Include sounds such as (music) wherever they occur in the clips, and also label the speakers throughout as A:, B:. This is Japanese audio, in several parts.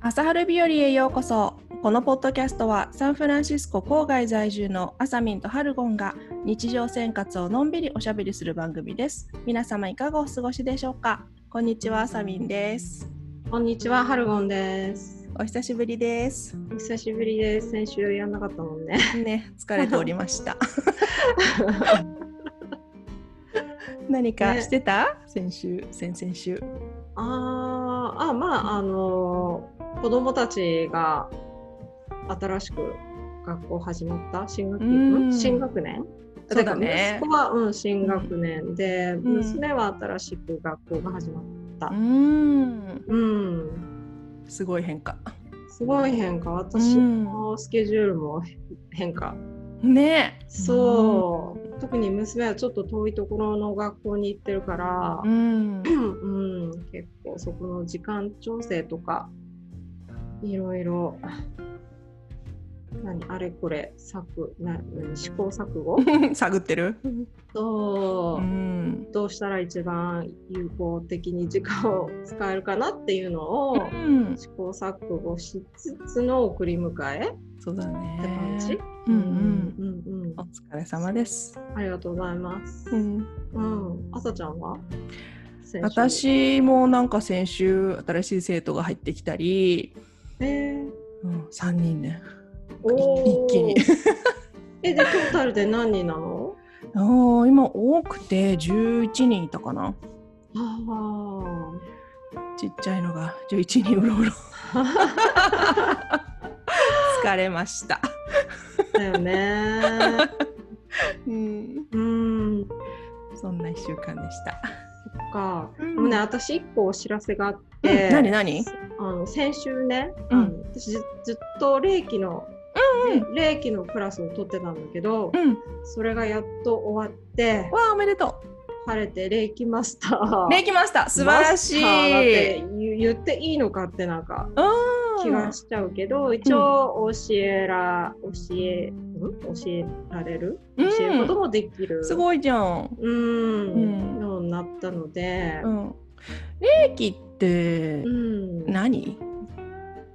A: 朝春日和へようこそこのポッドキャストはサンフランシスコ郊外在住のアサミンとハルゴンが日常生活をのんびりおしゃべりする番組です皆様いかがお過ごしでしょうかこんにちはアサミンです
B: こんにちは、ハルゴンです。
A: お久しぶりです
B: お久しぶりです。先週やんなかったもんね。
A: ね疲れておりま (laughs) した何かしてた、先週先々週
B: (laughs) あーあ、まあ、あのー、子供たちが新しく学校始まった新学期、
A: うん
B: ん新学年
A: そうだね
B: から息子は、うん、新学年で、
A: ん
B: 娘は新しく学校が始まっ
A: うーん
B: た。うん、
A: すごい変化
B: すごい変化。私
A: うん
B: のスケジュールも変化。
A: ね
B: そう、特に娘はちょっと遠いところの学校に行ってるから、
A: (laughs) うん
B: うん、結構そこの時間調整とかいろいろ何あれこれ策な何試行錯 (laughs) 誤
A: 探ってる
B: と、
A: うん
B: どうしたら一番有効的に時間を使えるかなっていうのを
A: うん
B: 試行錯誤しつつの送り迎えって
A: そうだね。
B: 感じ。
A: うんうん。
B: うんうんうん
A: お疲れ様です。
B: ありがとうございます。うん、あさちゃんは先週
A: 私もなんか先週新しい生徒が入ってきたり、
B: えー
A: うん、3人ね。
B: おー
A: 一気に
B: (laughs) えでトータルで何人なの
A: あー今多くて11人いたかな。
B: あ
A: ちっちゃいのが11人うろうろ。疲れました。
B: あだ
A: (laughs)
B: よね
A: うん、
B: うんそ
A: そんな1週間でした。
B: っか、
A: うん
B: でもね私一個お知らせがあっ
A: う
B: て、
A: ん何何
B: あの先週ね、
A: うん
B: あの私ずずっと霊気の、
A: うん
B: ね霊気のクラスを取ってたんだけど、
A: うん。
B: それがやっと終わって
A: わあおめでと
B: 晴れて霊気マスタ
A: う。
B: ー
A: できました。素晴らしい。
B: マスターだって言言っていいのかってなんか
A: うん
B: 気がしちゃうけど、一応教えら教えん教えられる
A: う
B: 教
A: ん
B: えることもできる、
A: す
B: い
A: ごいじゃん。
B: うん、
A: うん
B: ようになったので
A: う、ん。霊気って
B: うん
A: 何？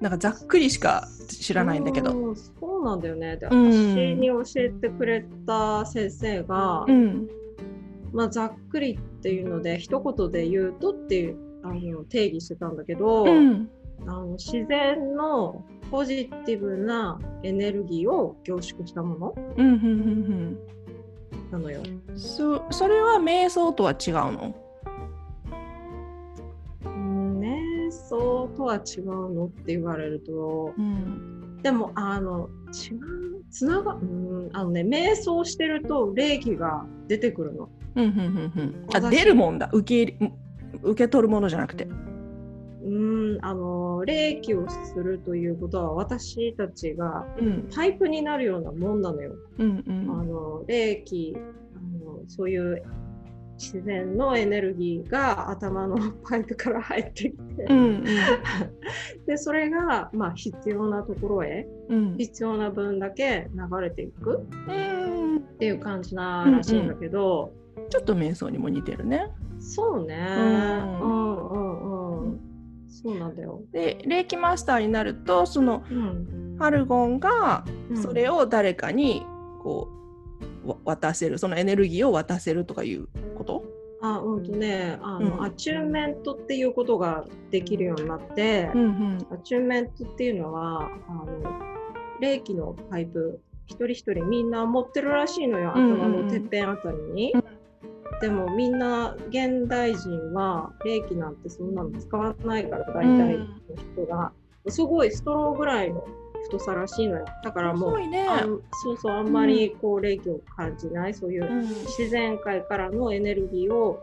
A: なんかざっくりしか知らないんだけど。
B: そうそうなんだよねで私
A: うん
B: に教えてくれた先生が、
A: うん。
B: まあ、ざっくりっていうので一言で言うとっていうあの定義してたんだけど、
A: うん。
B: あの自然のポジティブなエネルギーを凝縮したもの
A: うんうんうん
B: なのよ。
A: うん。そそれは瞑想とは違うの？
B: 瞑想とは違うのって言われると
A: うん。
B: でもあの違うつながうんあのね瞑想してると霊気が出てくるの
A: うんうんうんうん。あ
B: 私
A: 出るもんだ。受け入れ受け取るものじゃなくて。
B: うんあの霊気をするということは私たちが
A: うん
B: パイプになるようなもんなのよ、
A: うんう
B: あ
A: ん。
B: の霊気あのそういう自然のエネルギーが頭のパイプから入ってきて、
A: うん
B: でそれが、まあ、必要なところへ
A: うん。
B: 必要な分だけ流れていく
A: うん。
B: っていう感じならしいんだけど、
A: ちょっと瞑想にも似てるね。
B: そうね、うんんうんうん、そうなんだよ。
A: で霊気マスターになるとその
B: うん、
A: ハルゴンがそれ
B: を
A: を誰かにこうわ渡せるそのエネルギーを渡せるとかいうこと
B: あうんとねあの、
A: うん
B: アチューメントっていうことができるようになって、
A: ん
B: アチューメントっていうのはあの霊気のパイプ一人一人みんな持ってるらしいのよ
A: うんうん
B: 頭のてっぺんあたりに。
A: うん
B: でもみんな現代人は霊気なんてそんなの使わないから大体の人が、すごいストローぐらいの太さらしいのよだから
A: す
B: もう
A: ごいね。
B: あんそうそうあんまりこう霊気を感じないそういううん自然界からのエネルギーを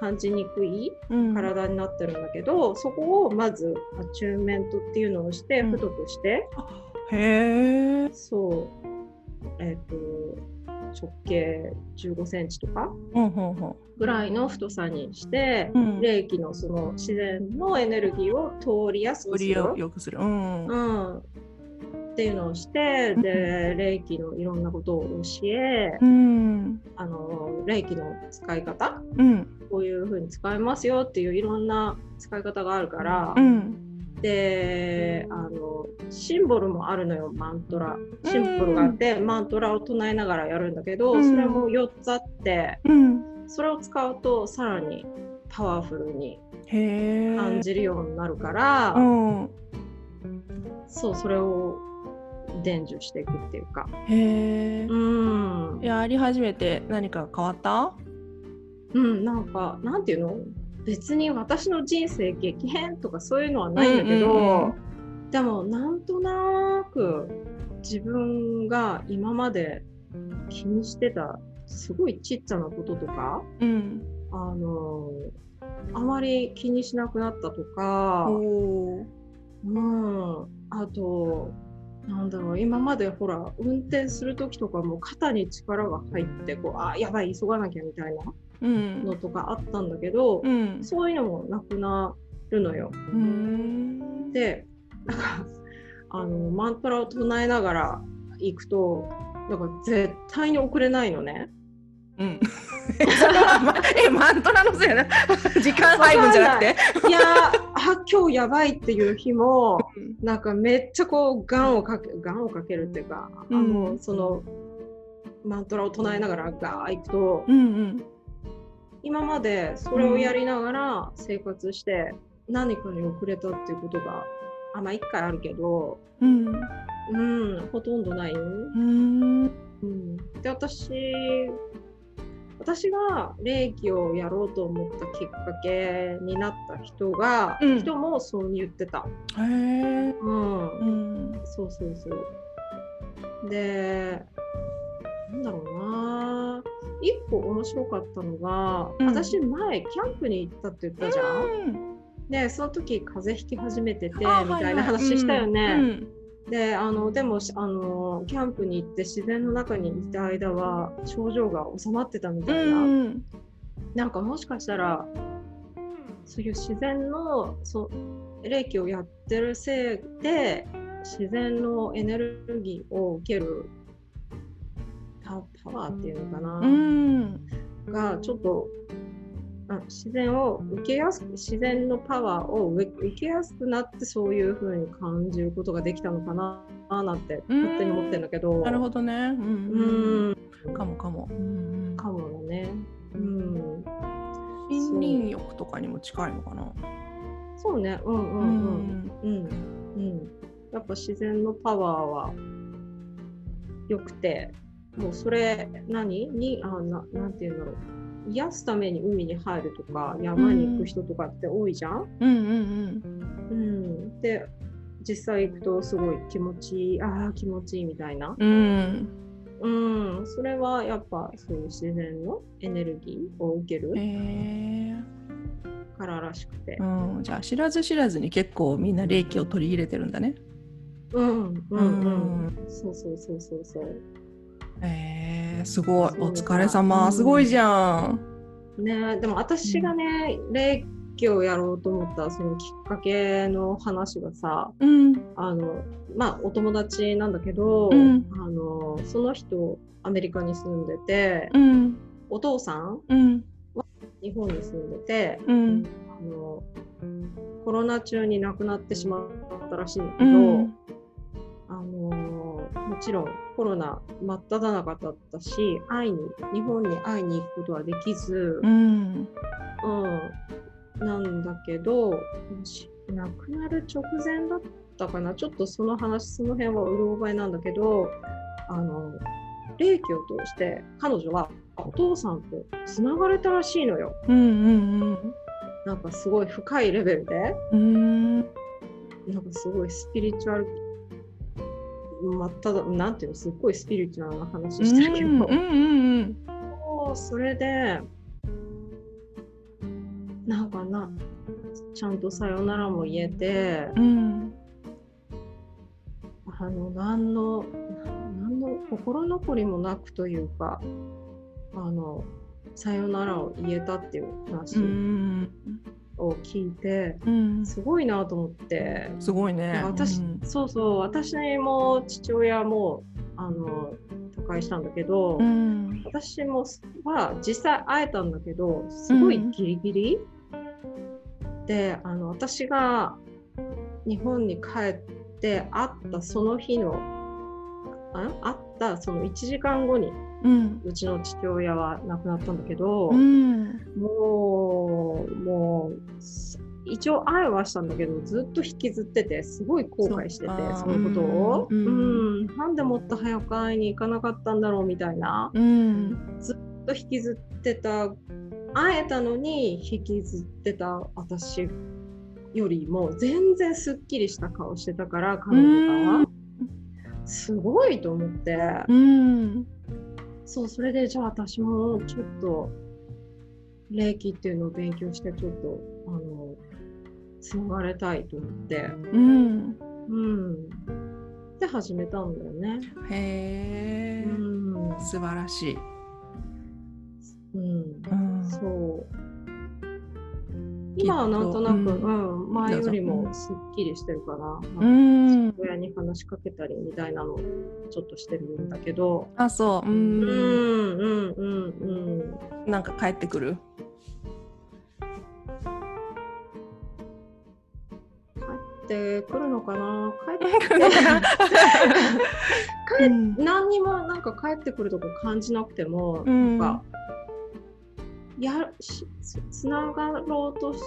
B: 感じにくい
A: うん
B: 体になってるんだけど、そこをまずアチューメントっていうのをして
A: うん
B: 太くして、
A: へえ。
B: そうえっ、と直径15センチとか
A: うんうんうん
B: ぐらいの太さにして、
A: うん
B: 霊気のその自然のエネルギーを通りやす
A: よ
B: くす
A: り
B: る
A: よ。よくする。うん。うん
B: うんっていうのをしてで霊気のいろんなことを教え、
A: うん
B: あの霊気の使い方
A: うん
B: こういう風に使えますよっていういろんな使い方があるから、
A: うん
B: であのシンボルもあるのよマントラシンボルがあって、マントラを唱えながらやるんだけど、
A: うん
B: それも4つあって
A: うん、
B: それを使うとさらにパワフルに
A: へえ。
B: 感じるようになるから、
A: うん、
B: そうそれを伝授していくっていうか。
A: へえ
B: う。ん
A: やり始めて何か変わった？
B: うん、なんか、なんていうの別に私の人生激変とかそういうのはないんだけど、
A: うんうんう
B: でもなんとなく自分が今まで気にしてたすごいちっちゃなこととか、
A: うん。
B: あのあまり気にしなくなったとか、
A: お
B: うん、あと、なんだろう、今までほら、運転するときとかも肩に力が入って、こう、あ、やばい、急がなきゃみたいな
A: うん。
B: のとかあったんだけど、
A: うん。
B: そういうのもなくなるのよ。
A: うん。
B: で、なんか、あの、マントラを唱えながら行くと、なんか絶対に遅れないのね。
A: うん。それはま (laughs) えマントラのせい (laughs) な時間配分じゃなくて。
B: いやー、あ、今日やばいっていう日も、なんかめっちゃこう、ガンをかけ、ガンをかけるっていうか、あの、
A: うん
B: その、マントラを唱えながらガー行くと、
A: うんうん。
B: 今までそれをやりながら生活して、何かに遅れたっていうことが、あ、まあ一回あるけど、
A: うん。
B: うん、ほとんどない。
A: うん。
B: うん、で私私が霊気をやろうと思ったきっかけになった人が、
A: うん
B: 人もそう言ってた、
A: へえ。
B: うん
A: うん。
B: そうそうそうでなんだろうな一個面白かったのが、
A: うん
B: 私前キャンプに行ったって言ったじゃん、でその時風邪ひき始めててみ
A: あ
B: たいな話したよね、であのでもしあのキャンプに行って自然の中にいた間は症状が治まってた
A: う
B: み
A: ん。う
B: たいな、
A: ん。
B: なんかもしかしたらそういう自然のそ霊気をやってるせいで自然のエネルギーを受けるパパワーっていうのかな、
A: うん。
B: がちょっとあ自然を受けやすく自然のパワーを受け受けやすくなってそういう風に感じることができたのかななんて
A: うん
B: 勝手に思ってるんだけど
A: なるほどね。う。
B: うんん
A: うん。かもかも。うん。
B: かもだねうん
A: 森林浴とかにも近いのかな。
B: そうねうんうんうんうんうんやっぱ自然のパワーは良くてもうそれ何にあななんていうんだろう癒すために海に入るとか山に行く人とかって多いじゃん、
A: うんうん
B: うん、で実際行くとすごい気持ちいいああ気持ちいいみたいな、
A: うん。うん。
B: うん、それはやっぱそういう自然のエネルギーを受け
A: へ
B: る
A: え。
B: かららしくて、
A: うん、じゃあ知らず知らずに結構みんな霊気を取り入れてるんだね。
B: うんうんうん
A: う
B: そうそうそうそうそう
A: へえすごい
B: そう
A: お疲れ様、
B: うん
A: すごいじゃん。
B: ねでも私がね霊気をやろうと思ったそのきっかけの話がさ
A: うん
B: あのまあお友達なんだけど、
A: うん
B: あのその人アメリカに住んでて、
A: うん
B: お父さん
A: うん
B: 日本に住んでて、
A: うん
B: あのコロナ中に亡くなってしまったらしいんだけ
A: う
B: ど、
A: ん
B: あのもちろんコロナ真っ只中だったし会いに日本に会いに行くことはできず、
A: うん
B: うんなんだけどし亡くなる直前だったかなちょっとその話その辺はうろ覚えなんだけどあの霊気を通して彼女はお父さんと繋がれたらしいのよ
A: うんうん
B: なんかすごい深いレベルで。
A: うん
B: なんかすごいスピリチュアル、まあただ、なんていうの、すっごいスピリチュアルな話してるけど、
A: うん
B: もうそれで、なんかな、ちゃんとさよならも言えて、
A: うん
B: あの、何の、何の心残りもなくというか、あの、さよならを言えたっていう話
A: うん
B: を聞いて、
A: うん
B: すごいなと思って、
A: すごいね。
B: 私、
A: うん
B: そうそう私も父親もあの他界したんだけど、
A: うん
B: 私もは実際会えたんだけどすごいギリギリ、であの私が日本に帰って会ったその日のあ会ったその1時間後に
A: うん
B: うちの父親は亡くなったんだけど、
A: うん
B: もうもうす一応愛はしたんだけどずっと引きずっててすごい後悔してて
A: そっか
B: そのことを、
A: う
B: うんんなんでもっと早く会いに行かなかったんだろうみたいな
A: うん
B: ずっと引きずってた会えたのに引きずってた私よりも全然すっきりした顔してたから彼女
A: う
B: が
A: ん
B: すごいと思って。
A: うん
B: そう、それでじゃあ私もちょっと霊気っていうのを勉強してちょっとあのつながれたいと思って、
A: うん
B: うん、で始めたんだよね。う
A: へえ
B: ん、
A: 素晴らしい
B: うん、
A: うん
B: そう。
A: きっと
B: 今はなんとなく、
A: う
B: うん前より
A: どうぞう
B: も
A: ん
B: すっきりしてるから、
A: う
B: なん
A: ん
B: か親に話しかけたりみたいなのをちょっとしてるんだけど、
A: あそうう
B: うん
A: ん
B: うんうんうん。
A: なんか帰ってくる
B: ってくるのかな帰
A: う
B: っ帰っ
A: ん
B: 何にもなんか帰ってくるとこ感じなくても、
A: うん
B: なんかやしつつながろうとしん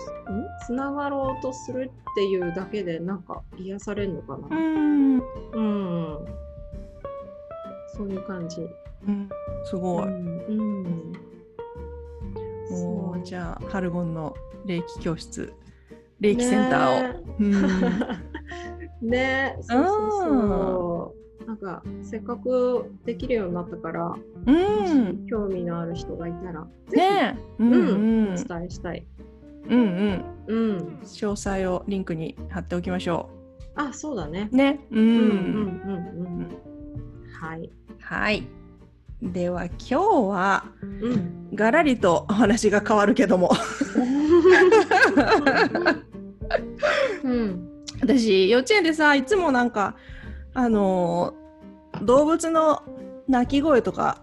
B: つながろうとするっていうだけでなんか癒されるのか
A: う
B: な、
A: ん
B: うんそういう感じ、
A: うんすごい
B: うんうん
A: おーじ
B: あ
A: ゃあハルゴンの霊気教室霊気センターを、
B: を
A: うん
B: ねそうそうそうなんかせっかくできるようになったから
A: う
B: も
A: ん
B: し興味のある人がいたら、 (laughs) ぜ
A: ねえうんうん
B: ひお伝えしたい。
A: うんうん
B: うん。
A: 詳細をリンクに貼っておきましょ
B: あ、そうだね
A: う。ねう
B: うんんうんうんうん。はい。
A: はいでは今日は
B: うん。
A: がらりとお話が変わるけども (laughs)
B: うん。
A: 私幼稚園でさいつもなんかあのー動物の鳴き声とか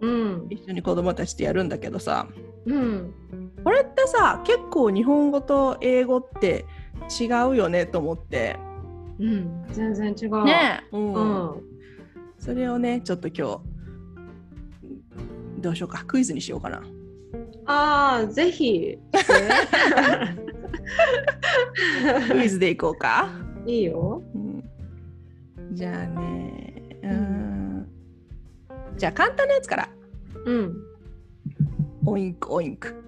B: うん。
A: 一緒に子供たちとやるんだけどさ
B: うん。
A: これってさ結構日本語と英語って違うよねと思って
B: うん。全然違う。。
A: え、
B: う
A: うん
B: ん。
A: それをねちょっと今日どうしようかクイズにしようかな
B: ああ、ぜひ。
A: クイズでいこうか、
B: (laughs) いいよ。
A: うん、じゃあねうーんじゃあ簡単なやつから
B: うん。
A: オインクオインク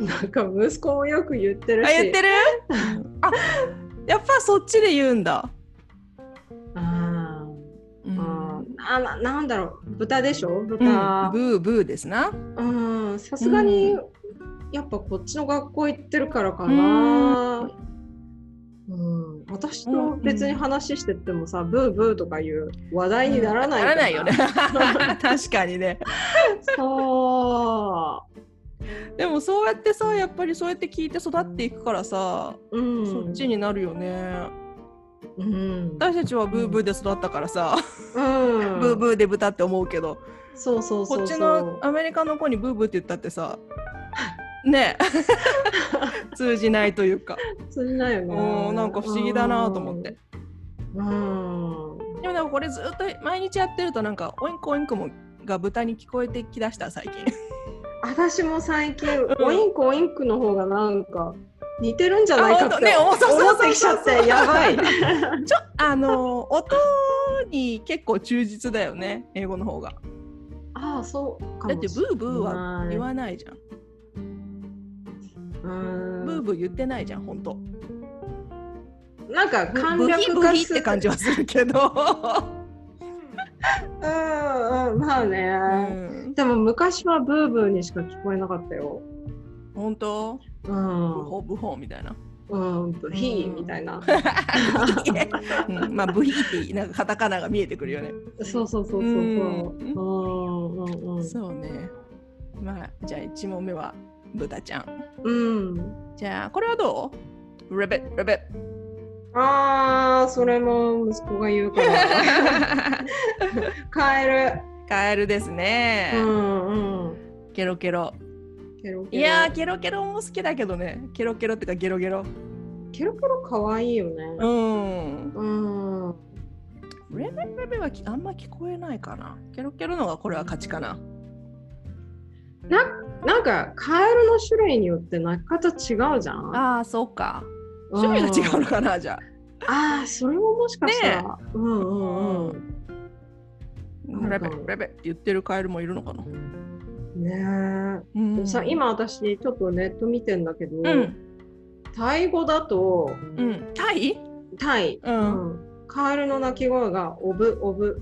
B: なんか息子もよく言ってる
A: あ
B: し。
A: 言ってるあやっぱそっちで言うんだ、
B: あー
A: うん
B: あーあななんだろう豚でしょ
A: うん
B: 豚
A: ブーブーですな
B: うんさすがに、
A: う
B: やっぱこっちの学校行ってるからかなうん、私と別に話してってもさ、ブーブーとかいう話題にならないから、
A: よね確かにね
B: そ
A: でもそうやってさやっぱりそうやって聞いて育っていくからさ、
B: う、うん、
A: そっちになるよね
B: うん、
A: 私たちはブーブーで育ったからさ、
B: うん、
A: ブーブーで豚って思うけど
B: そうそうそうそう
A: こっちのアメリカの子にブーブーって言ったって
B: (laughs)
A: さね (laughs) え通じないというか
B: 通じないよ
A: う
B: ね
A: んなんか不思議だなと思って
B: うん、うん
A: でもなんかこれずっと毎日やってるとなんかオインクオインクもが豚に聞こえてきだした最近 (laughs)
B: 私も最近、
A: ん
B: オインクオインクの方がなんか似てるんじゃないか
A: あほ
B: っ
A: んと
B: て
A: ね
B: 思
A: おそうそうそうそう
B: ってきちゃってやばい。
A: ちょあの音に結構忠実だよね英語の方が
B: ああそうか
A: だ
B: も
A: って
B: し
A: ブーブーは言
B: ない
A: わないじゃん
B: う
A: ブ
B: ー
A: ー
B: ん
A: ブー言ってないじゃん本当
B: なんか
A: ブ
B: 簡
A: ブヒ
B: 略
A: ブ
B: 化
A: ヒっ
B: する
A: て感じはするけど、
B: うんうんまあね、
A: うん、
B: でも昔はブーブーにしか聞こえなかったよ。
A: 本当
B: うん
A: ブ、ホブホみたいな (laughs)
B: うん、ブヒーみたいな。
A: うん、まあブヒってなんかカタカナが見えてくるよね。
B: そうそうそうそうそう。
A: うん
B: うんうんうん。
A: そうね。まあじゃあ1問目は豚ちゃん。
B: うん。
A: じゃあこれはどうレベッレベッ。
B: ああそれも息子が言
A: (laughs)
B: うから。カエ
A: カエルですね
B: ル。。うんうん。
A: ケロケロ。
B: ケロケロ
A: いやーケロケロも好きだけどね。ケロケロってかゲロゲロ。
B: ケロケロ可愛いよね。
A: うん。
B: うん。
A: レベレベはきあんま聞こえないかな。ケロケロのがこれは勝ちかな。
B: なんかカエルの種類によって鳴き方違うじゃん。
A: ああ、そうか。
B: うん
A: 趣味が違うのかな、じゃあ。
B: ああ、それももしかしたら。うんうんう
A: うんレベレベって言ってるカエルもいるのかな。
B: ん。ね
A: う
B: え。で
A: ん
B: もさ、今私ちょっとネット見てんだけど、
A: うん。
B: タイ語だと
A: うん。タイ？
B: タイ、
A: う。
B: うんん、カエルの鳴き声がオブオブ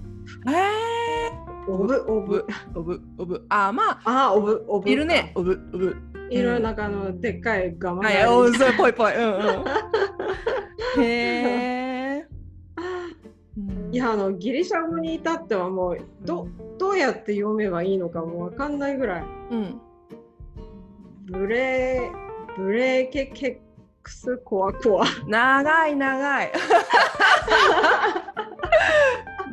A: ええ
B: オブオ
A: オブ
B: ブ。
A: オブオブ。ああ、まあ
B: ああ、オブオブ。
A: いるね。。オブオブ。
B: い
A: う
B: る
A: ん
B: なんかあのでっかいガマ
A: はい、おうそうぽいぽい。うん
B: (laughs)
A: うん。へえ。
B: いやあのギリシャ語に至ってはもうどどうやって読めばいいのかもうわかんないぐらい。
A: うん。
B: ブレーブレーケケックスコアコア。
A: 長い長い。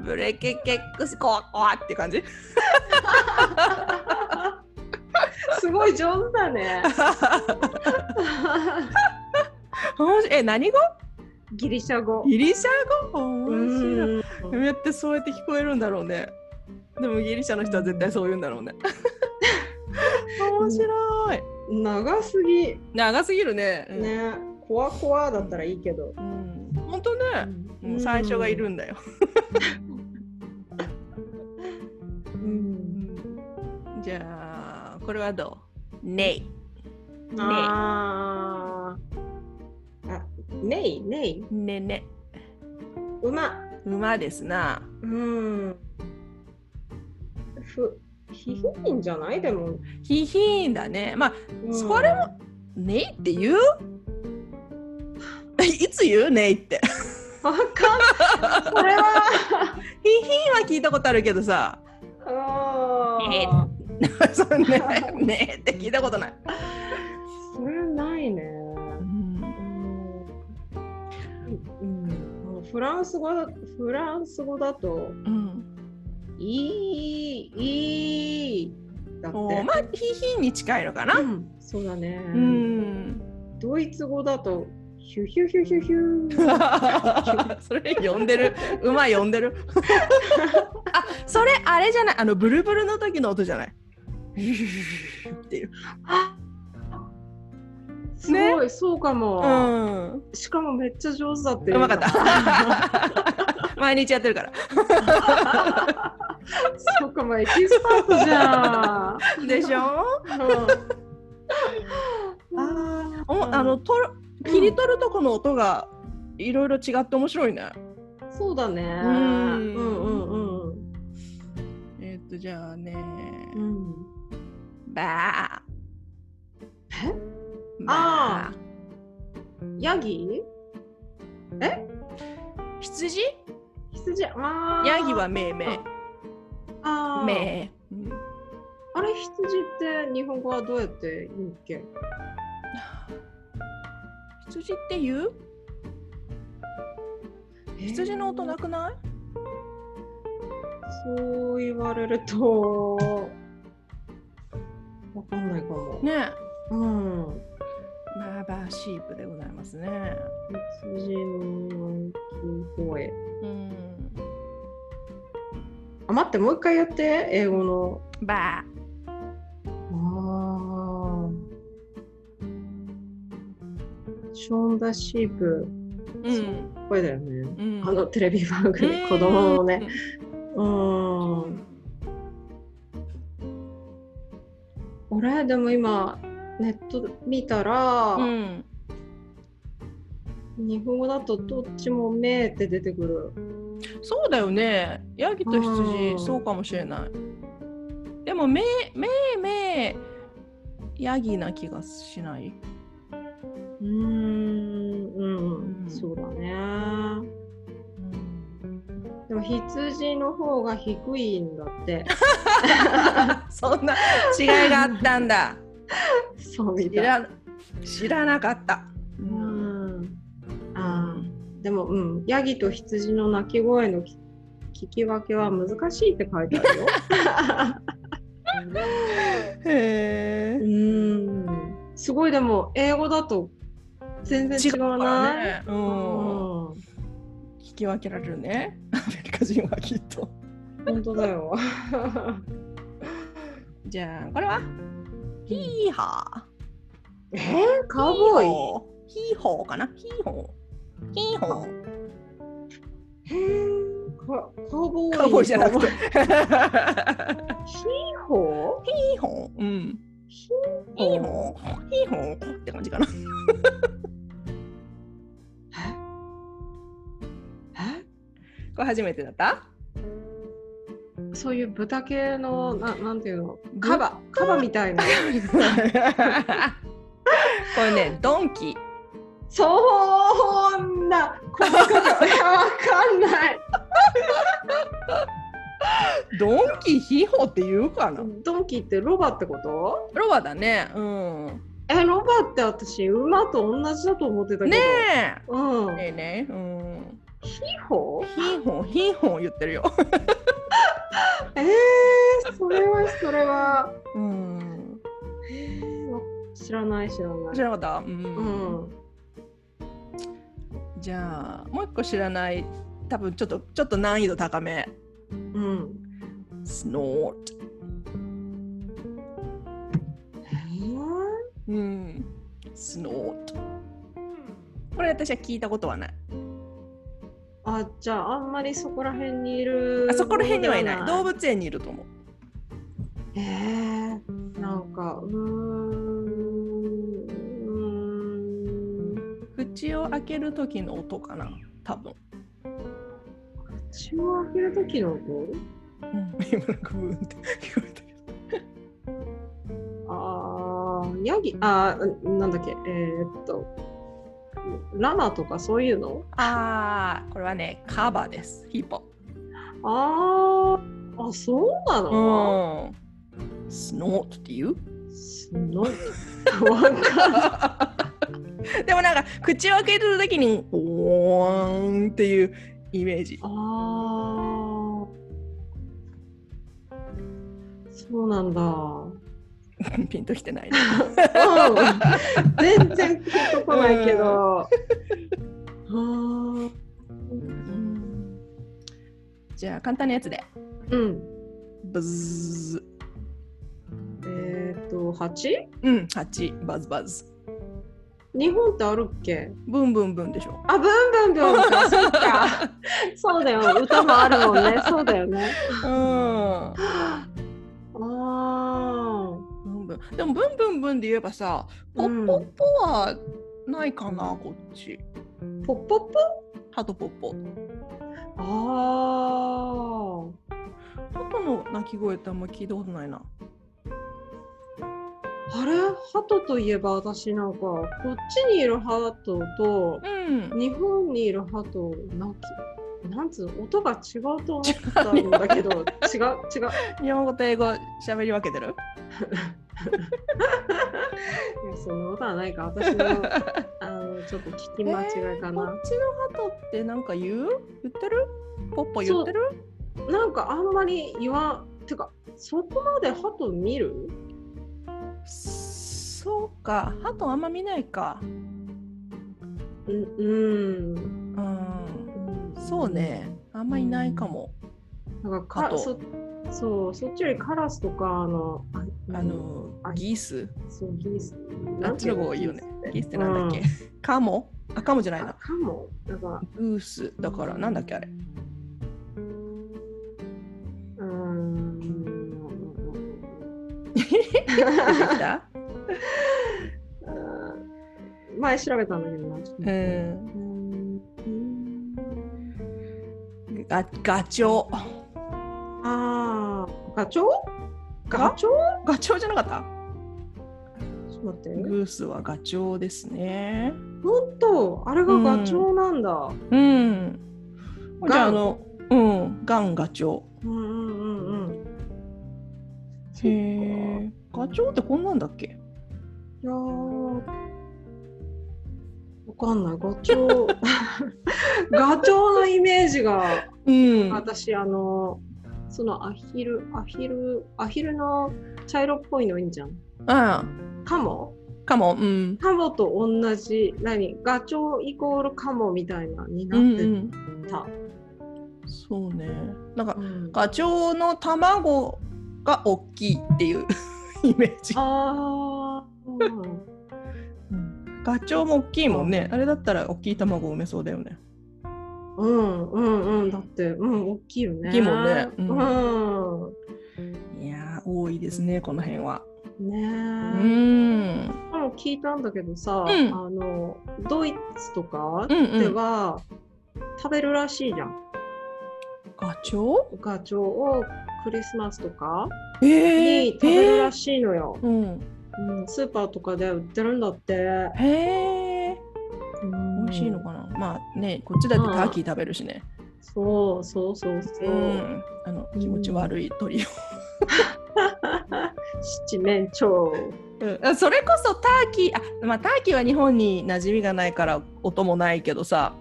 A: ブレケケックスコアコアって感じ。
B: すごい上手
A: (laughs)
B: だね。
A: 面白いえ何語？
B: ギリシャ語。
A: ギリシャ語？
B: う
A: 面白い。
B: ん
A: どうやってそうやって聞こえるんだろうねでもギリシャの人は絶対そう言うんだろうね面白い
B: 長すぎ
A: 長すぎるねうん
B: ね。コアコアだったらいいけど。
A: うん本当ね、もう最初がいる。んだよ、
B: うん。
A: じゃあこれはどうねい
B: あーあ。ねいねい
A: ねね
B: 馬。
A: 馬ですな
B: うん。ふひひひんじゃないでも。
A: ヒヒーンだねまあ
B: うん
A: それもねいって言う (laughs) いつ言うねいって
B: わかん。それは。 (laughs)
A: ヒヒーンは聞いたことあるけどさ
B: あー
A: えー (laughs) そんねねって聞いたことない、
B: それはないね。
A: うん
B: うん、フランス語だフランス語だと
A: うん
B: 「いいいい」だって、
A: おまあヒヒに近いのかな。
B: うんそうだね、
A: ん。
B: ドイツ語だと「ヒュヒュヒュヒュヒ
A: (laughs)
B: ュ
A: それ呼んでる。馬呼んでる。あ、それあれじゃない。あのブルブルの時の音じゃ (laughs) ない。っていう。」
B: あすごい、そうかも、
A: うん。
B: しかもめっちゃ上手だって
A: うまかった。毎日やってるから。
B: (laughs) そうかもエキスパートじゃ
A: (laughs)
B: ん、
A: でしょ。
B: うん、あ
A: おあのとる切り取るとこの音がいろいろ違って面白いね。
B: そうだね
A: ん
B: うんうんうん
A: えっとじゃあね。
B: うん
A: ばあ。
B: え
A: ば
B: あヤギ
A: 羊？
B: 羊あー
A: ヤギはめいめい。
B: あー
A: めー
B: あれ羊って日本語はどうやって言うっけ
A: 羊って言う羊の音なくない
B: そう言われるとわかんないかも、
A: ねえ
B: うん
A: まあバーシープでございますね
B: 羊の鳴き声
A: うん
B: あ待ってもう一回やって英語の
A: バ
B: ああションダシープ
A: ー
B: うん声だよね
A: うん
B: あのテレビ番組子供のねうん俺でも今ネット見たら、
A: うん
B: 日本語だとどっちも「目」って出てくる
A: そうだよねヤギと
B: う
A: 羊
B: ん
A: そうかもしれないでもめめめヤギな気がしないう
B: ーんうん、
A: うん
B: そうだねでも羊の方が低いんだって (laughs)
A: そんな違いがあったんだ (laughs)
B: そうみ
A: 知
B: たい
A: ら知らなかった
B: うんあーでもうんヤギと羊の鳴き声のき聞き分けは難しいって書いてあるよ
A: へえ
B: うーんすごいでも英語だと全然違う
A: から
B: な。
A: ね、う、
B: うんん
A: 聞き分けられるね。アメリカ人はきっと。
B: 本当だよ。
A: じゃあこれはヒーハ
B: えー、
A: ー。
B: カウボ
A: ヒー
B: ーイ
A: ホー。ヒーホーかな。ヒーホー。ヒーホー。
B: へーカカウボーイ
A: カウボーイじゃなくて。
B: カウボーイヒーホー
A: ヒーホー。うん。
B: ヒ
A: ヒーホー。ヒーホーって感じかな。
B: ーえ
A: これ初めてだった？ (laughs)
B: えそういう豚系のななんていうの
A: ぶ
B: カバカバみた
A: (laughs)
B: いな
A: これねドンキ。
B: そんな細かく (laughs) わかんない
A: ドンキヒーホーって言うかな。
B: ドンキってロバってこと
A: ロバだね。うん。
B: えロバって私馬と同じだと思ってたけど
A: ね
B: うん
A: え。ねえねえ。うん。
B: ヒーホー
A: ヒーホーヒーホー言ってるよ。
B: えー、それはそれは
A: うん。
B: 知らない知らない
A: 知らなかった。う。
B: うんん
A: じゃあもう一個知らない。多分ちょっとちょっと難易度高め。
B: うん
A: スノート。
B: えー
A: うん。スノート。これ私は聞いたことはない。
B: あじゃああんまりそこら辺にいる
A: あそこら辺にはいない。動
B: 物
A: 物園にいると思う。
B: えー、なんかうーんうーん
A: 口を開ける時の音かな。多分。
B: 口を開ける時の音
A: うん、今なんかブーンって聞こえたけど
B: あーヤギあーなんだっけえー、っとラナとかそういうの
A: ああこれはねカバですヒポ
B: あーあそうなの、
A: うんスノートって言う
B: すごいわかんない
A: でもなんか口を開けてる時におーんっていうイメージ
B: あーそうなんだ。
A: ピンときてないね
B: 全然ピンとこないけど。あー
A: じゃあ簡単なやつで
B: うん。
A: ブズ
B: えっ、と、蜂
A: ーうん8バズバズ
B: 日本ってあるっけ
A: ブンブンブンでしょ
B: あ、ブンブンブンか、そっか。そうだよ、歌もあるもんね。そうだよね。
A: うん
B: あー
A: ブンブンでもブンブンブンで言えばさポ
B: うん
A: ッポッポはないかな、こっち
B: ポッポッポ
A: ハトポッポ
B: あ
A: ハトの鳴き声ってあんま聞いたことないな
B: あ。あれ鳩といえば私なんか、こっちにいる鳩と、
A: うん
B: 日本にいる歯となんきなんつうの音が違うと思ったん
A: (laughs)
B: だけど違う違う
A: 日本語と英語喋り分けてる
B: いやそんなことはないか私のあのちょっと聞き間違い
A: (laughs)
B: か
A: こ
B: な、
A: っちのハトってなんか言う言ってるポッポ言ってる
B: なんかあんまり言わんてかそこまで歯と見る
A: そうかハトあんま見ないか
B: うんうん
A: うんそうねあんまいないかも、
B: なんか
A: 鳩
B: かそそうそっちよりカラスとかあの
A: あの
B: あ
A: ギース
B: そうギース
A: あっちの方がいいよねギースってなんだっけ、カモあカモじゃない
B: あ
A: な
B: かもなんか
A: グースだからなんだっけあれ
B: うーん
A: 出てき (laughs) た
B: うん前調べたんだけどな。ちょっと
A: う
B: 待って
A: ん
B: うん
A: ガガチョウ
B: ああ、ガチョウ
A: ガ
B: ガチョウ
A: ガチョウじゃなかっ
B: ちょっと待ったて。
A: グースはガチョウですね
B: 本当あれがガチョウなんだ。う
A: うん
B: ガン
A: じゃああのうんガンガチョウ
B: んうんうんうん。
A: へ
B: え。
A: えガチョウってこんなんだっけ
B: いやーわかんない。ガチョウ。 (laughs) ガチョウのイメージが、
A: うん
B: 私、あの、そのアヒル、アヒル、アヒルの茶色っぽいのいいんじゃん。
A: うん
B: カモ
A: かも、うん。
B: カモと同じ何ガチョウイコールカモみたいなにな
A: うん
B: っ
A: う
B: て
A: ん。
B: た。
A: そうね。なんか、
B: うん
A: ガチョウの卵が大きいっていう (laughs) イメージ。
B: あー
A: ガチョウも大きいもんね。あれだったら大きい卵を産めそうだよね。
B: うんうんうんだってうん大きいよね。
A: 大きいもんねう
B: うんん。
A: いやー、多いですね、この辺は。
B: ね
A: う
B: え。
A: ん。
B: でも聞いたんだけどさ、
A: うん
B: あのドイツとか
A: うんう
B: で
A: ん。
B: は、食べるらしいじゃん。
A: ガチョウ
B: ガチョウをクリスマスとか
A: え
B: に食べるら
A: い。
B: しいのよ。
A: うん。
B: うん、スーパーとかで売ってるんだって。
A: へえ。
B: うん
A: 美味しいのかな。まあね、こっちだってターキー食べるしね。
B: そうそうそうそ
A: う
B: う。
A: ん。あの気持ち悪い鳥を。
B: 七面鳥。
A: うん、それこそターキーあ、まあ、ターキーは日本に馴染みがないから音もないけどさ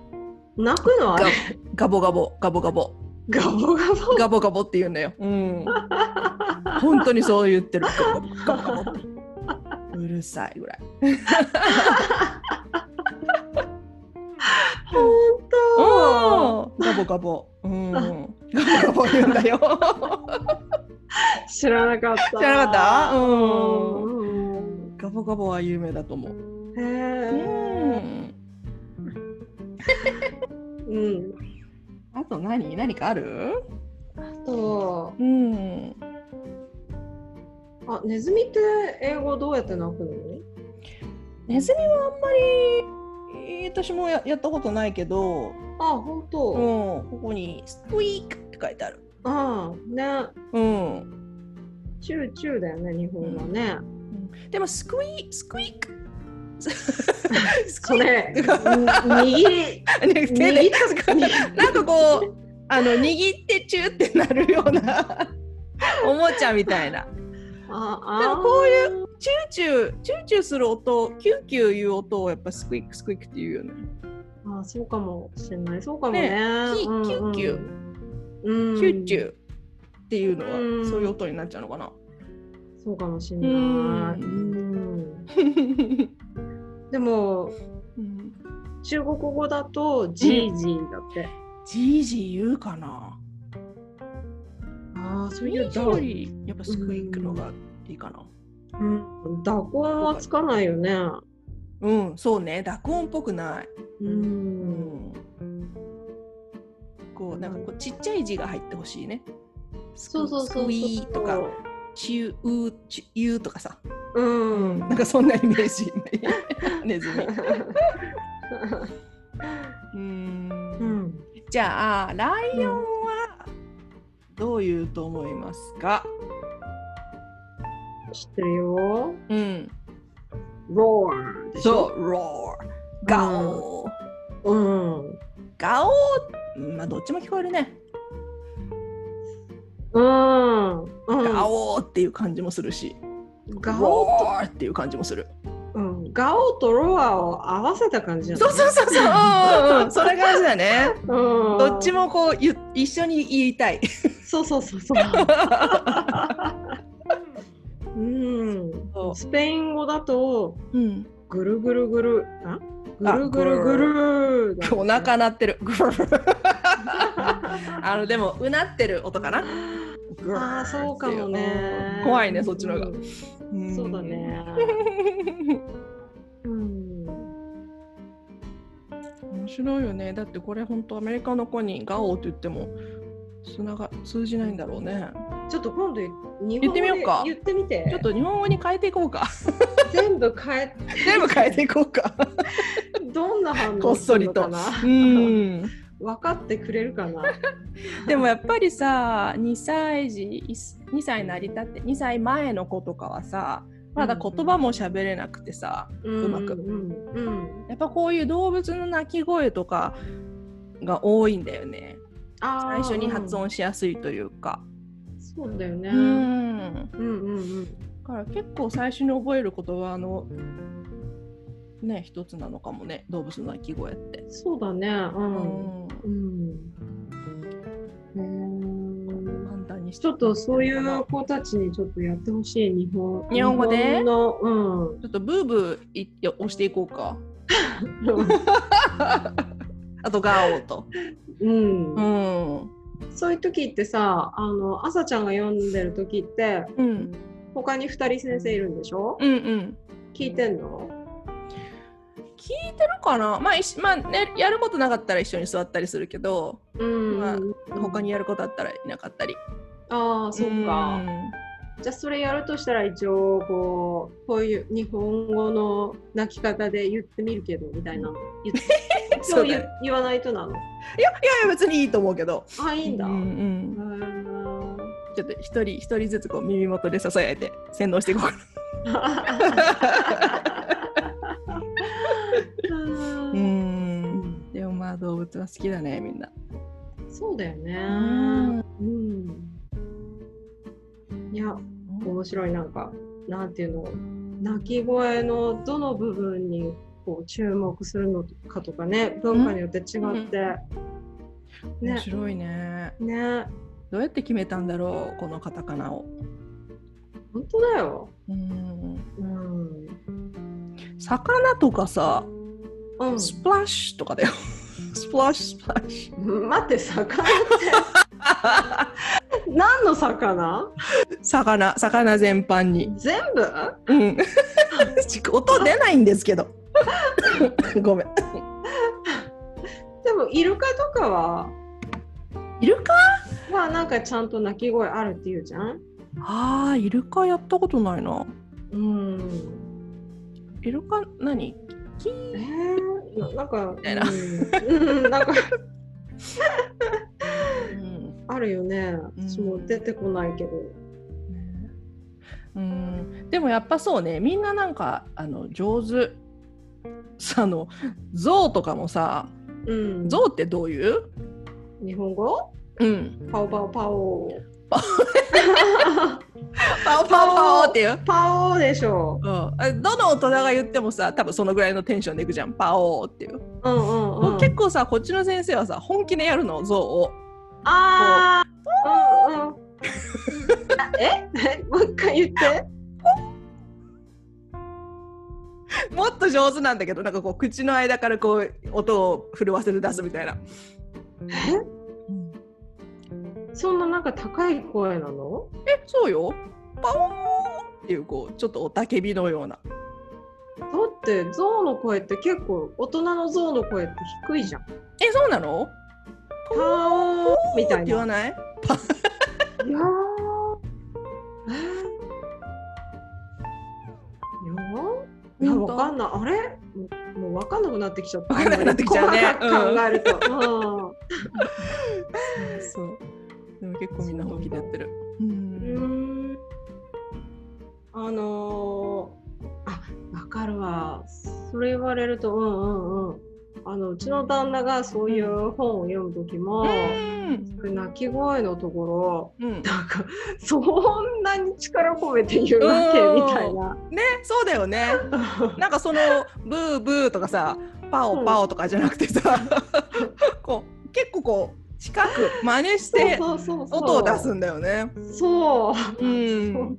B: 泣くのあれ
A: ガボガボガボガボ
B: ガボガボ。
A: ガボガボって言うんだよ、うん、 (laughs) 本当にそう言ってるガボガボガボガボってうるさいぐらい
B: 本当。
A: おーガボガボ、うん、ガボガボ言うんだよ
B: 知らなかった。
A: (laughs) 知らなかったうん
B: うん。
A: ガボガボは有名だと思う、
B: へ
A: う
B: え。
A: ん、
B: うん。
A: あと何何かある
B: そう。
A: うん
B: あ、ネズミって英語どうやって鳴くの？
A: ネズミはあんまりえー私もややったことないけど
B: あ、本当。
A: うん、ここに「スクイーク」って書いてある。
B: ああ、ね、
A: うん、
B: チューチューだよね、日本はね。
A: でもスクイスクイー (laughs) クス
B: そ
A: クイ (laughs) ー
B: (laughs) れ、右、
A: ク
B: (laughs)
A: ね手で
B: 右とかに。
A: なんかこうあの握ってチューってなるような
B: (laughs)
A: おもちゃみたいな
B: あ、
A: で
B: あ
A: もこういうチューチューチューチューする音キューキューいう音をやっぱスクイックスクイックっていうよね
B: あ、そうかもしれない。そうかもね。
A: ねキ
B: うんうん
A: キュッキュ。
B: うん。
A: キューチューっていうのは
B: うん
A: そういう音になっちゃうのかな
B: そうかもしれない。うん。でも、
A: うん
B: 中国語だとジージーだって。
A: ジージー言うかな
B: ああ、そう
A: ジ
B: いう
A: ージ
B: ダ
A: ーよりやっぱスクイック
B: う
A: の
B: ん
A: がいいかな
B: うん濁音はつかないよね。
A: うん、そうね、濁音っぽくない。う
B: う。
A: んん。こう、なんかこう、ちっちゃい字が入ってほしいね。
B: そうそうそうそう。
A: スクイーとか、チュー、チューとかさ。
B: う。
A: うんなんかそんなイメージ。 (laughs) ネズミ。う。
B: うんん。
A: じゃあ、ライオンは。どう言うと思いますか。
B: 知ってるよ。
A: うん。
B: ローでし
A: そ
B: ょ。
A: う、ロー。ガオー。
B: う。うん。
A: ガオー。まあ、どっちも聞こえるね。
B: うん。うん。
A: ガオーっていう感じもするし。
B: ガオ
A: ローっていう感じもする。
B: と、うん、ガオとロアを合わせた感じな
A: そ
B: の
A: うそうそうそう。うんうんうん、それ感じだね。
B: うん。
A: どっち
B: も。
A: もこうゆ一緒に言いたい。
B: そうそうそ
A: (laughs)
B: うそう。うん
A: そ。う
B: スペイン語だと
A: うん。
B: ぐるぐるぐる。あぐ
A: あ
B: るぐるぐる。
A: お腹鳴ってる。 (laughs) グルルあのでもうなってる音かな。グルル
B: ああ、そうかもね。
A: 怖いねそっちの方が
B: うん
A: うん
B: そう
A: (laughs)
B: だ。ね。うん。
A: 面白いよね。だってこれ本当アメリカの子にガオーって言ってもつなが通じないんだろうね。
B: ちょっと今度日本語で
A: 言ってみようか
B: 言ってみて。
A: ちょっと日本語に変えていこう
B: (laughs)
A: か。
B: 全部変え
A: 全部変えていこうか。
B: どんな反
A: こ
B: 応
A: っ
B: す
A: そ
B: る
A: り
B: の
A: と
B: かな。
A: うん。
B: (laughs) 分かってくれるかな。
A: でもやっぱりさ2歳児いす2歳成り立って2歳前の子とかはさまだ言葉も喋れなくてさ
B: う
A: まく
B: うんうん。
A: やっぱこういう動物の鳴き声とかが多いんだよね
B: あー
A: 最初に発。音しやすいというか
B: うんそうだよね。
A: う
B: うん
A: ん
B: うんうん。
A: だから結構最初に覚えることはあのね一つなのかもね動物の鳴き声って
B: そうだね。う。
A: うんん
B: うん。へー
A: 簡単に
B: ちょっとそういう子たちにちょっとやってほしい日本
A: 日本語で
B: 日本のうん
A: (laughs) ちょっとブーブーいや押していこうか。あとガオと。
B: うん
A: うん。
B: そういう時ってさあの朝ちゃんが読んでる時って
A: うん。
B: 他に2人先生いるんでしょ、
A: うんうん。
B: 聞いてんの
A: 聞いてるかなまあ、いしまあね、やることなかったら一緒に座ったりするけど、
B: うん
A: ま他にやることあったらいなかったり。
B: ああそっか、じゃあそれやるとしたら一応こうこういう日本語の泣き方で言ってみるけどみたいな (laughs) 言って
A: うん。
B: そ
A: そううだ
B: 言
A: ね
B: う言わないとなの
A: いや、いやいや、別にいいと思うけど。
B: あいいんだ、
A: う
B: へ
A: んうんちょっと一人一人ずつこう耳元でささやいて洗脳していこうかな。
B: ー
A: ん。でもまあ動物は好きだねみんな。
B: そうだよね
A: ん
B: うんいや面白いなんかなんていうの鳴き声のどの部分にこう注目するのかとかね文化によって違って、
A: 面
B: ね
A: 白いね。
B: ね
A: どうやって決めたんだろうこのカタカナを。
B: 本当だよ
A: うん。
B: うん、
A: 魚とかさ、
B: う
A: スプラッシュとかだよ。 (laughs) スプラッシュスプラッシ
B: ん、待って魚 (laughs) って
A: ュ。
B: 何の魚
A: 魚魚全般に。
B: 全部
A: うん。ち音出ないんですけど。ごめん。
B: でもイルカとかは
A: イルカ？
B: まあなんかちゃんと鳴き声あるっていうじゃん
A: ああイルカやったことないな。
B: うん
A: イルカ何？
B: えー、ななんか、
A: たいな
B: うん、うんなんか
A: うん。
B: あるよね。私も出てこないけど。
A: うん。でもやっぱそうね。みんななんかあの上手。さあの象とかもさ、
B: うん
A: 象ってどういう？
B: 日本語
A: うん。
B: パオパオパオ。
A: パパオパオパオっていう。
B: パオでしょ。
A: うん、あどの大人が言ってもさ多分そのぐらいのテンションでいくじゃんパオーっていう、
B: うんうんうん。
A: 結構さこっちの先生はさ本気でやるの象を
B: ああ。うんうん。あえ (laughs) もう一回言って。
A: もっと上手なんだけどなんかこう口の間からこう音を震わせて出すみたいな、
B: そんななんか高い声なの
A: えそうよパオーっていうこうちょっとおたけびのような
B: だって象の声って結構大人の象の声って低いじゃん。
A: えそうなの
B: パオみた
A: っ
B: い
A: て言わ
B: な。
A: ない
B: いやーえーいやーいや、わかんない。あれもうわかんなくなってきちゃった。
A: わかんなくなってきちゃうね
B: 細かく考えると。
A: そうでも結構みんな本気でやってるうん
B: うん。うーんあのー、あ、わかるわ。それ言われると、うんうんうん。あの、うちの旦那がそういう本を読むときも、鳴き声のところ、
A: うん
B: なんか、そんなに力込めて言うわけみたいな。
A: ねそうだよねなんかそのブーブーとかさパオパオとかじゃなくてさ、こう結構こう近く真似して
B: (laughs) そうそうそうそう
A: 音を出すんだよね。
B: そう。
A: うん、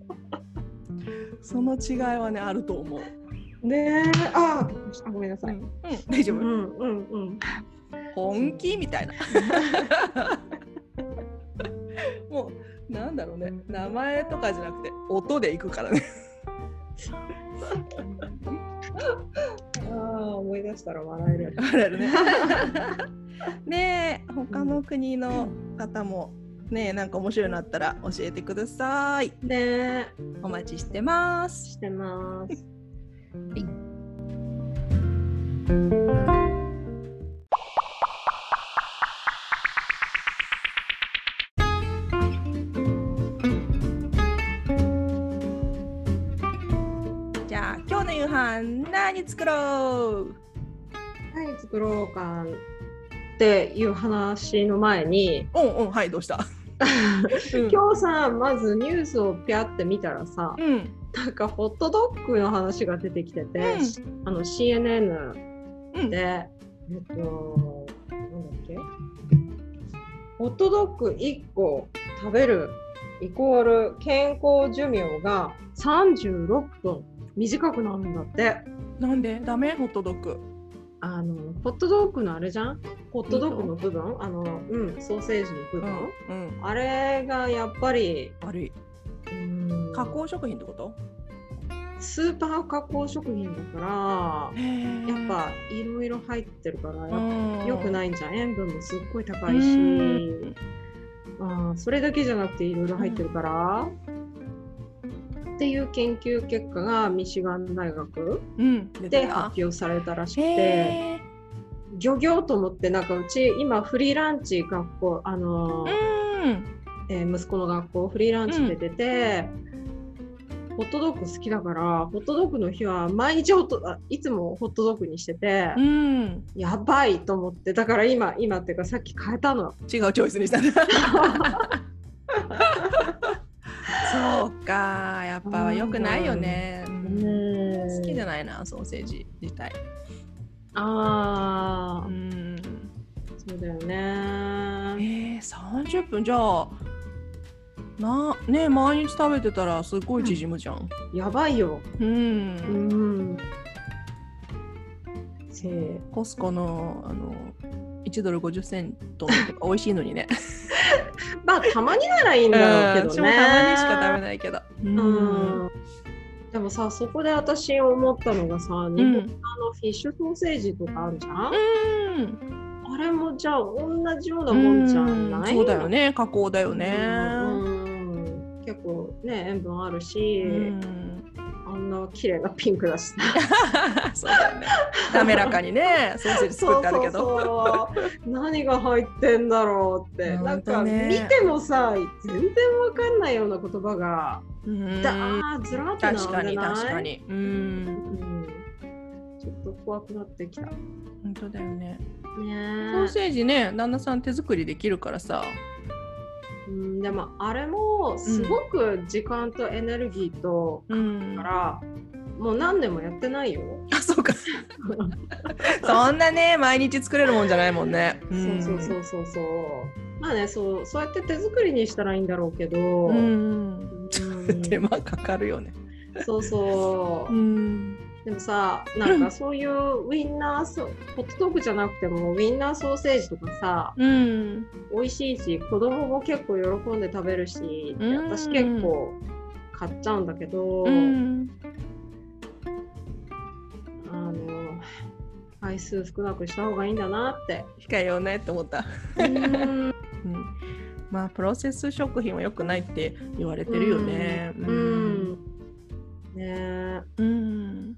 A: その違いはねあると思う。
B: ねえ、あ、あごめんな
A: う
B: さ
A: ん
B: い。
A: うん大丈
B: う
A: 夫、
B: んうんうん。
A: 本気みたいな。もうなんだろうね名前とかじゃなくて音でいくからね。
B: ああ思い出したら笑える。
A: あるあ (laughs) るね。ねえ他の国の方もねえなんか面白いのあったら教えてください。
B: ね
A: お待ちしてます。
B: してます。
A: じゃあ今日の夕飯何作ろう？
B: はい作ろうかっていう話の前に、
A: うんうんはいどうした？うん
B: 今日さまずニュースをピャって見たらさ、
A: うん
B: なんかホットドッグの話が出てきてて、あの CNN
A: うん
B: で、えっとなんだっけ、ホットドッグ一個食べるイコール健康寿命が36分短くなるんだって
A: なんでダメホットドッグ
B: あのホットドッグのあれじゃんホットドッグの部分あのうんソーセージの部分、
A: うん
B: あれがやっぱり
A: 悪い
B: うん
A: 加工食品ってこと
B: スーパー加工食品だか
A: へ
B: ら
A: え
B: やっぱいろいろ入ってるからやっぱ
A: よ
B: 良く
A: い
B: ないんじゃん塩分もすっごい高いし
A: し
B: あーそれだけじゃなくていろいろ入ってるから、っていう研究結果がミシガン大学
A: うん出
B: で
A: て
B: 発
A: た
B: 表されたらしく
A: へ
B: て
A: え
B: 漁業と思ってなんかうち今フリーランチ学校あのー、
A: うん
B: えー息子の学校フリーランチで出て、ホットドッグ好きだからホットドッグの日は毎日ホットあいつもホットドッグにしてて、
A: うん
B: やばいと思ってだから今今っていうかさっき変えたの。
A: 違うチョイスにしたねそうかやっぱ良くないよねうん好きじゃ
B: ない
A: ないなソーセージ自体
B: あー
A: うん
B: そうだよね。
A: えー、30分じゃあなね毎日食べてたらすごい縮むじゃん
B: やばいよ。
A: うん、
B: うん。せー
A: コスコのあの1ドル50セントのとか美味しいのにね
B: まあたまにならいいんだろうけどね。
A: 私もたまにしか食べないけどうん
B: うん。でもさそこで私思ったのがさ
A: う
B: 日本
A: ん
B: のあのフィッシュソーセージとかあるじゃん、
A: うん
B: あれもじゃあ同じようなもんじゃない
A: そうだよね加工だよね
B: うん結構ね塩分あるし、
A: うん
B: あんな綺麗なピンクだしさ
A: そうだよね滑らかにねソーセージ作ってあるけど
B: そうそうそう何が入ってんだろうって、
A: ほ
B: なん
A: ん
B: か
A: とね
B: 見てもさ全然わかんないような言葉が、
A: うん
B: だあーずらっと並ん
A: 確か
B: で
A: に
B: ない
A: 確かにう
B: うんんちょっと怖くなってきたね
A: 本当だよねソ
B: ー
A: ーセージね旦那さん手作りできるからさ
B: うん、でもあれもすごく時間とエネルギーと
A: うん
B: から、もう何年もやってないよ。
A: あそうかそんなね毎日作れるもんじゃないもんね
B: そうそうそうそうそう。まあねそうそうやって手作りにしたらいいんだろうけど、
A: う
B: うん
A: ん手間かかるよね
B: そうそう、
A: ん
B: でもさなんかそういうウインナーソホットドッグじゃなくてもウインナーソーセージとかさ
A: うん
B: 美味しいし子供も結構喜んで食べるし、で
A: うん
B: 私結構買っちゃうんだけど、
A: うん
B: あの回数少なくした方がいいんだなって。
A: 控えようねって思った
B: うん
A: うん、まあプロセス食品は良くないって言われてるよね。
B: う。んねえ
A: うん。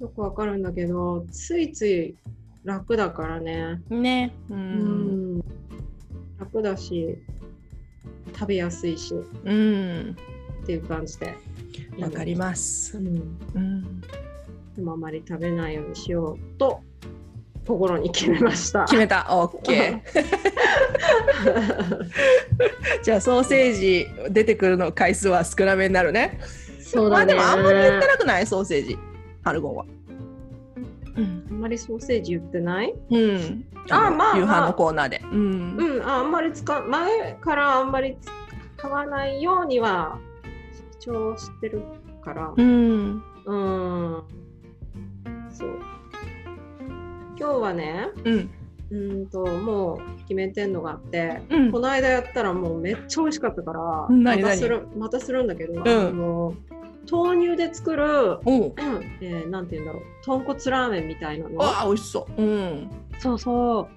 B: よくわかるんだけどついつい楽だからね。
A: ね。う。
B: うん楽だし食べやすいしっ
A: うん。
B: ていう感じで。
A: わかり
B: す。
A: ます
B: う。ん、
A: うん。
B: でもあまり食べないようにしようと心に決めました。
A: 決めた。オッケー。 (laughs) じゃあソーセージ出てくるの回数は少なめになるね。
B: (laughs) そう
A: まあ
B: だ
A: で
B: ね。
A: もあんまり言ってなくないソーセージ。ハルゴンは。うん。
B: あんまりソーセージ言ってない
A: うん。
B: あまあ
A: 夕
B: ま
A: 飯
B: あ
A: のコーナーで。うん。
B: うん、ああんまり使う前からあんまり使わないようには主張してるから、
A: うん。
B: うん、そう。今日はね、
A: うん。
B: うーんともう決めてんのがあって、
A: うん
B: こ。の間やったらもうめっちゃ美味しかったから、
A: 何
B: ま
A: 何
B: たするまたするんだけど、
A: ん
B: あの豆乳で作る、 (clears throat)
A: おう。
B: えーなんて言うんだろう、豚骨ラーメンみたいなの。
A: ああ美味しそう。うん。
B: そうそう。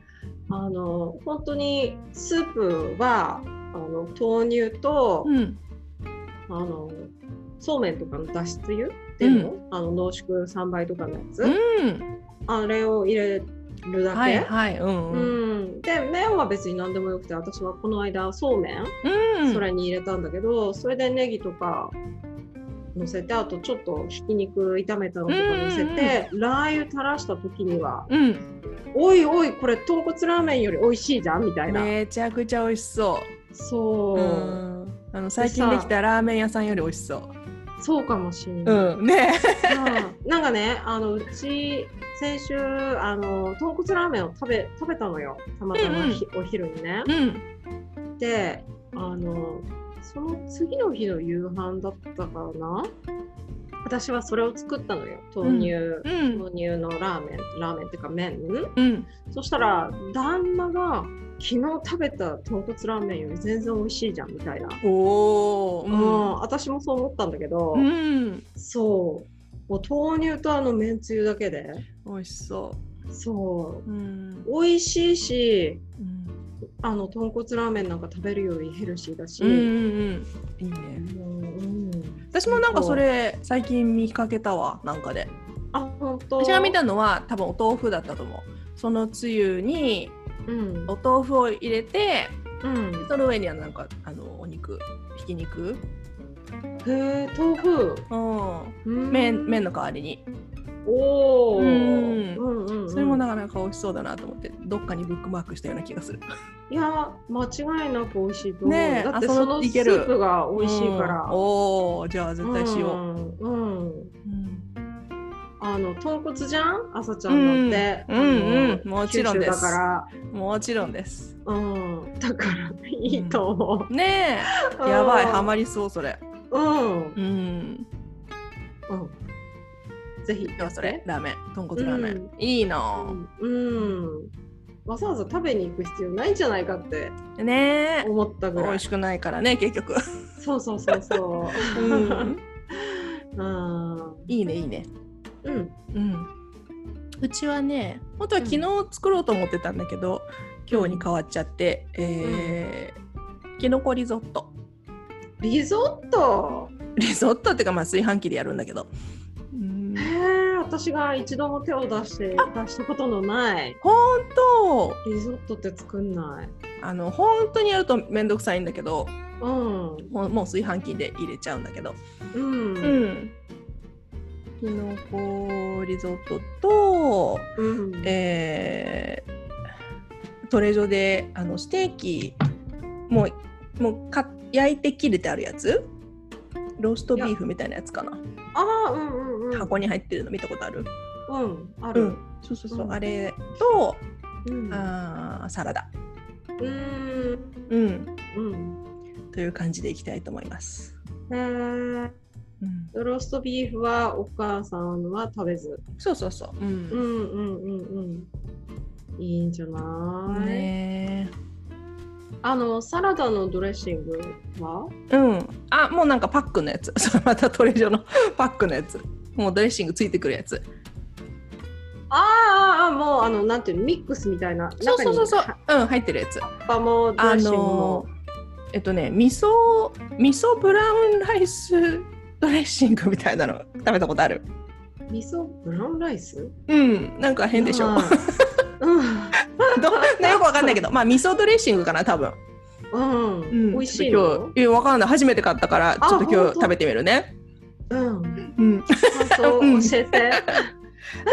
B: あの本当にスープはあの豆乳と、
A: うん。
B: あのそうめんとかの脱出油っていうの、あの濃縮3倍とかのやつ、
A: うん。
B: あれを入れるだけ。
A: はいはい。うん。
B: う
A: うん
B: ん、で麺は別に何でもよくて私はこの間そうめん、
A: うん、
B: それに入れたんだけどそれでネギとか乗せてあとちょっとひき肉炒めたのとか乗せて、ラー油垂らした時には
A: うん、
B: 「おいおいこれ豚骨ラーメンより美味しいじゃん」みたいな。
A: めちゃくちゃ美味しそう。
B: そう、
A: うん、あの最近できたラーメン屋さんより美味しそう。
B: そうかもしれない、
A: うん、ね。
B: うんなんかねあのうち先週あの豚骨ラーメンを食べ食べたのよたまたまひ、お昼にね
A: う。ん、
B: であのその次の日の夕飯だったからな私はそれを作ったのよ豆乳、
A: うん
B: 豆乳のラーメンラーメンっていうか麺
A: うん
B: そしたら旦那が昨日食べた豚骨ラーメンより全然美味しいじゃんみたいな、
A: おお
B: う
A: うん
B: ん、私もそう思ったんだけど、
A: うん
B: そうもう豆乳とあのめんつゆだけで
A: 美味しそ
B: そう
A: うん
B: う美味しいし
A: うん
B: あの豚骨ラーメンなんか食べるよりヘルシーだし、
A: うんうんいいね
B: もううん
A: 私もなんかそれ最近見かけたわなんかで
B: あ本当
A: 私が見たのは多分お豆腐だったと思うそのつゆに
B: うん
A: お豆腐を入れて
B: うん
A: その上にはなんかあのお肉ひき肉
B: へえ豆腐
A: うん
B: うん
A: 麺麺の代わりに
B: おお、
A: う
B: うんんうんうん
A: それもなかなか美味しそうだなと思ってどっかにブックマークしたような気がする
B: いや間違いなく美味しいと思う、
A: ねえ
B: だっ
A: あそ
B: て
A: の
B: そのス
A: いける
B: ープが美味しいから、
A: うんおおじゃあ絶対しよ
B: う、うんうん
A: う、うん
B: あの豚骨じゃん朝ちゃんのって、
A: うんうんうん
B: あの
A: もちろんです
B: 九州だか
A: もちろんです
B: らうんだからいいと思
A: ね
B: う、
A: えやばいハマ
B: り
A: りそうそれ
B: うん、うん
A: うん
B: ぜひ
A: 今日それラーメン豚骨ラーメン、
B: う
A: いいな
B: うんわざわざ食べに行く必要ないんじゃないかって
A: あねえ
B: 思ったぐ
A: 美
B: らい
A: 味しくないからね結局、
B: そうそうそうそう
A: うん、
B: うん
A: (laughs) いいねいいね
B: うん
A: うんうちはね本当は昨日作ろうと思ってたんだけど、今日に変わっちゃって、えーきのこリゾット (laughs)
B: リゾット
A: リゾットっていうかまあ炊飯器でやるんだけどうん
B: へえ私が一度も手を出して出したことのない
A: 本当
B: リゾットって作んない
A: あの本当にやると面倒くさいんだけど
B: うん
A: もうもう炊飯器で入れちゃうんだけど
B: うん
A: う、んきのこリゾットと
B: うん
A: えートレジョであのステーキもうもうか焼いて切れてあるやつローストビーフみたいなやつかな
B: ああうんうんうん
A: 箱に入ってるの見たことある、
B: うんあ
A: う
B: る
A: ん、そうそうそう、
B: うん
A: あれと
B: うん
A: あーサラダ、
B: うん
A: うん、
B: うん
A: という感じでいきたいと思います、
B: へー
A: うん、
B: ローストビーフはお母さんは食べず
A: そうそうそう、う
B: うんんうんうんうんいいんじゃない、
A: ねー
B: あのサラダのドレッシングは
A: うん、あもうなんかパックのやつ (laughs) それまたトレジョのパックのやつもうドレッシングついてくるやつ
B: あーあーあーもうあのなんていうのミックスみたいな
A: そうそうそうそう
B: 中に
A: うん入ってるやつ
B: 葉っぱもドレ
A: あ
B: ッシング
A: の
B: も、
A: えっとね味噌味噌ブラウンライスドレッシングみたいなの食べたことある
B: 味噌ブラウンライス
A: うんなんか変でしょ
B: う
A: ど
B: ん
A: (laughs) う (laughs) なよくわかんないけどまあ味噌ドレッシングかな多分、
B: うん、う、
A: うんん、
B: 美味しい
A: ちょっと
B: の
A: 今日いやわかんない初めて買ったから
B: あ
A: ちょっと今
B: ほん
A: 日
B: と
A: 食べてみるね
B: うん
A: うんで
B: 感想
A: うん
B: 教えて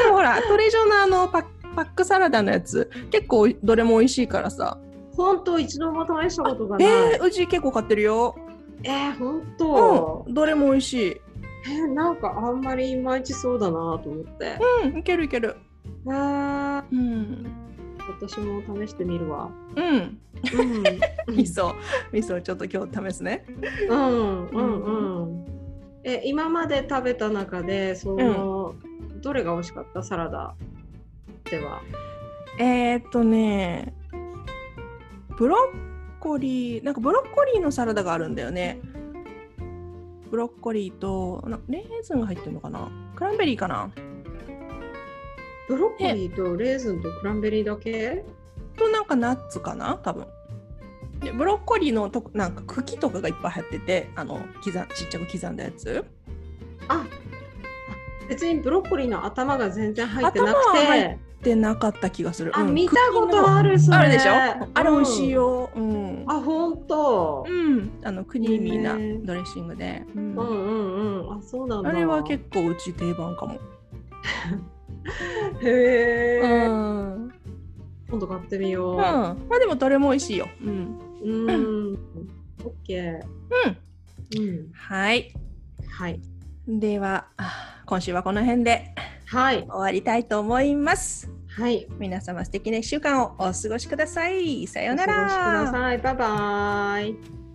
A: もほらトレジョのあのパッパックサラダのやつ結構どれも美味しいからさ
B: 本当一度も試したことがない
A: えー、うち結構買ってるよ
B: えー、本当
A: う、んどれも美味しい
B: えーなんかあんまりいまいちそうだなと思って、
A: うんいけるいける
B: へー
A: うん
B: 私も試してみるわ
A: うん
B: うん
A: 味噌味噌ちょっと今日試すね
B: うんうんうんえ今まで食べた中でその、どれが美味しかったサラダでは
A: えー、っとねブロッコリーなんかブロッコリーのサラダがあるんだよねブロッコリーとなレーズンが入ってるのかなクランベリーかな
B: ブロッコリーとレーズンとクランベリーだけ
A: となんかナッツかな多分でブロッコリーのとこなんか茎とかがいっぱい入っててあの刻んちっちゃく刻んだやつ
B: あ別にブロッコリーの頭が全然入ってな
A: 頭
B: く
A: は入
B: て
A: っ、でなかった気がする
B: あ
A: うん
B: 見たことある
A: 茎
B: そ
A: の
B: れ
A: あるでしょ
B: うん
A: あれ美味しいようん
B: あ本当、
A: うん、あのクリーミー
B: へー
A: なドレッシングで、うん
B: うん、うんうんあそうなんだ
A: あれは結構うち定番かも、
B: 構へえ、
A: うんうん
B: 今度買ってみよう
A: まあでもどれも美味しいよ、うん
B: うん、うん、オッケ
A: うん、
B: ーうん
A: はい
B: はい
A: ではあ今週はこの辺で
B: はい
A: 終わりたいと思います
B: はい
A: 皆様素敵な1週間をお過ごしくださいさよう
B: お
A: な
B: 過
A: ら
B: ごしください。バイバイ。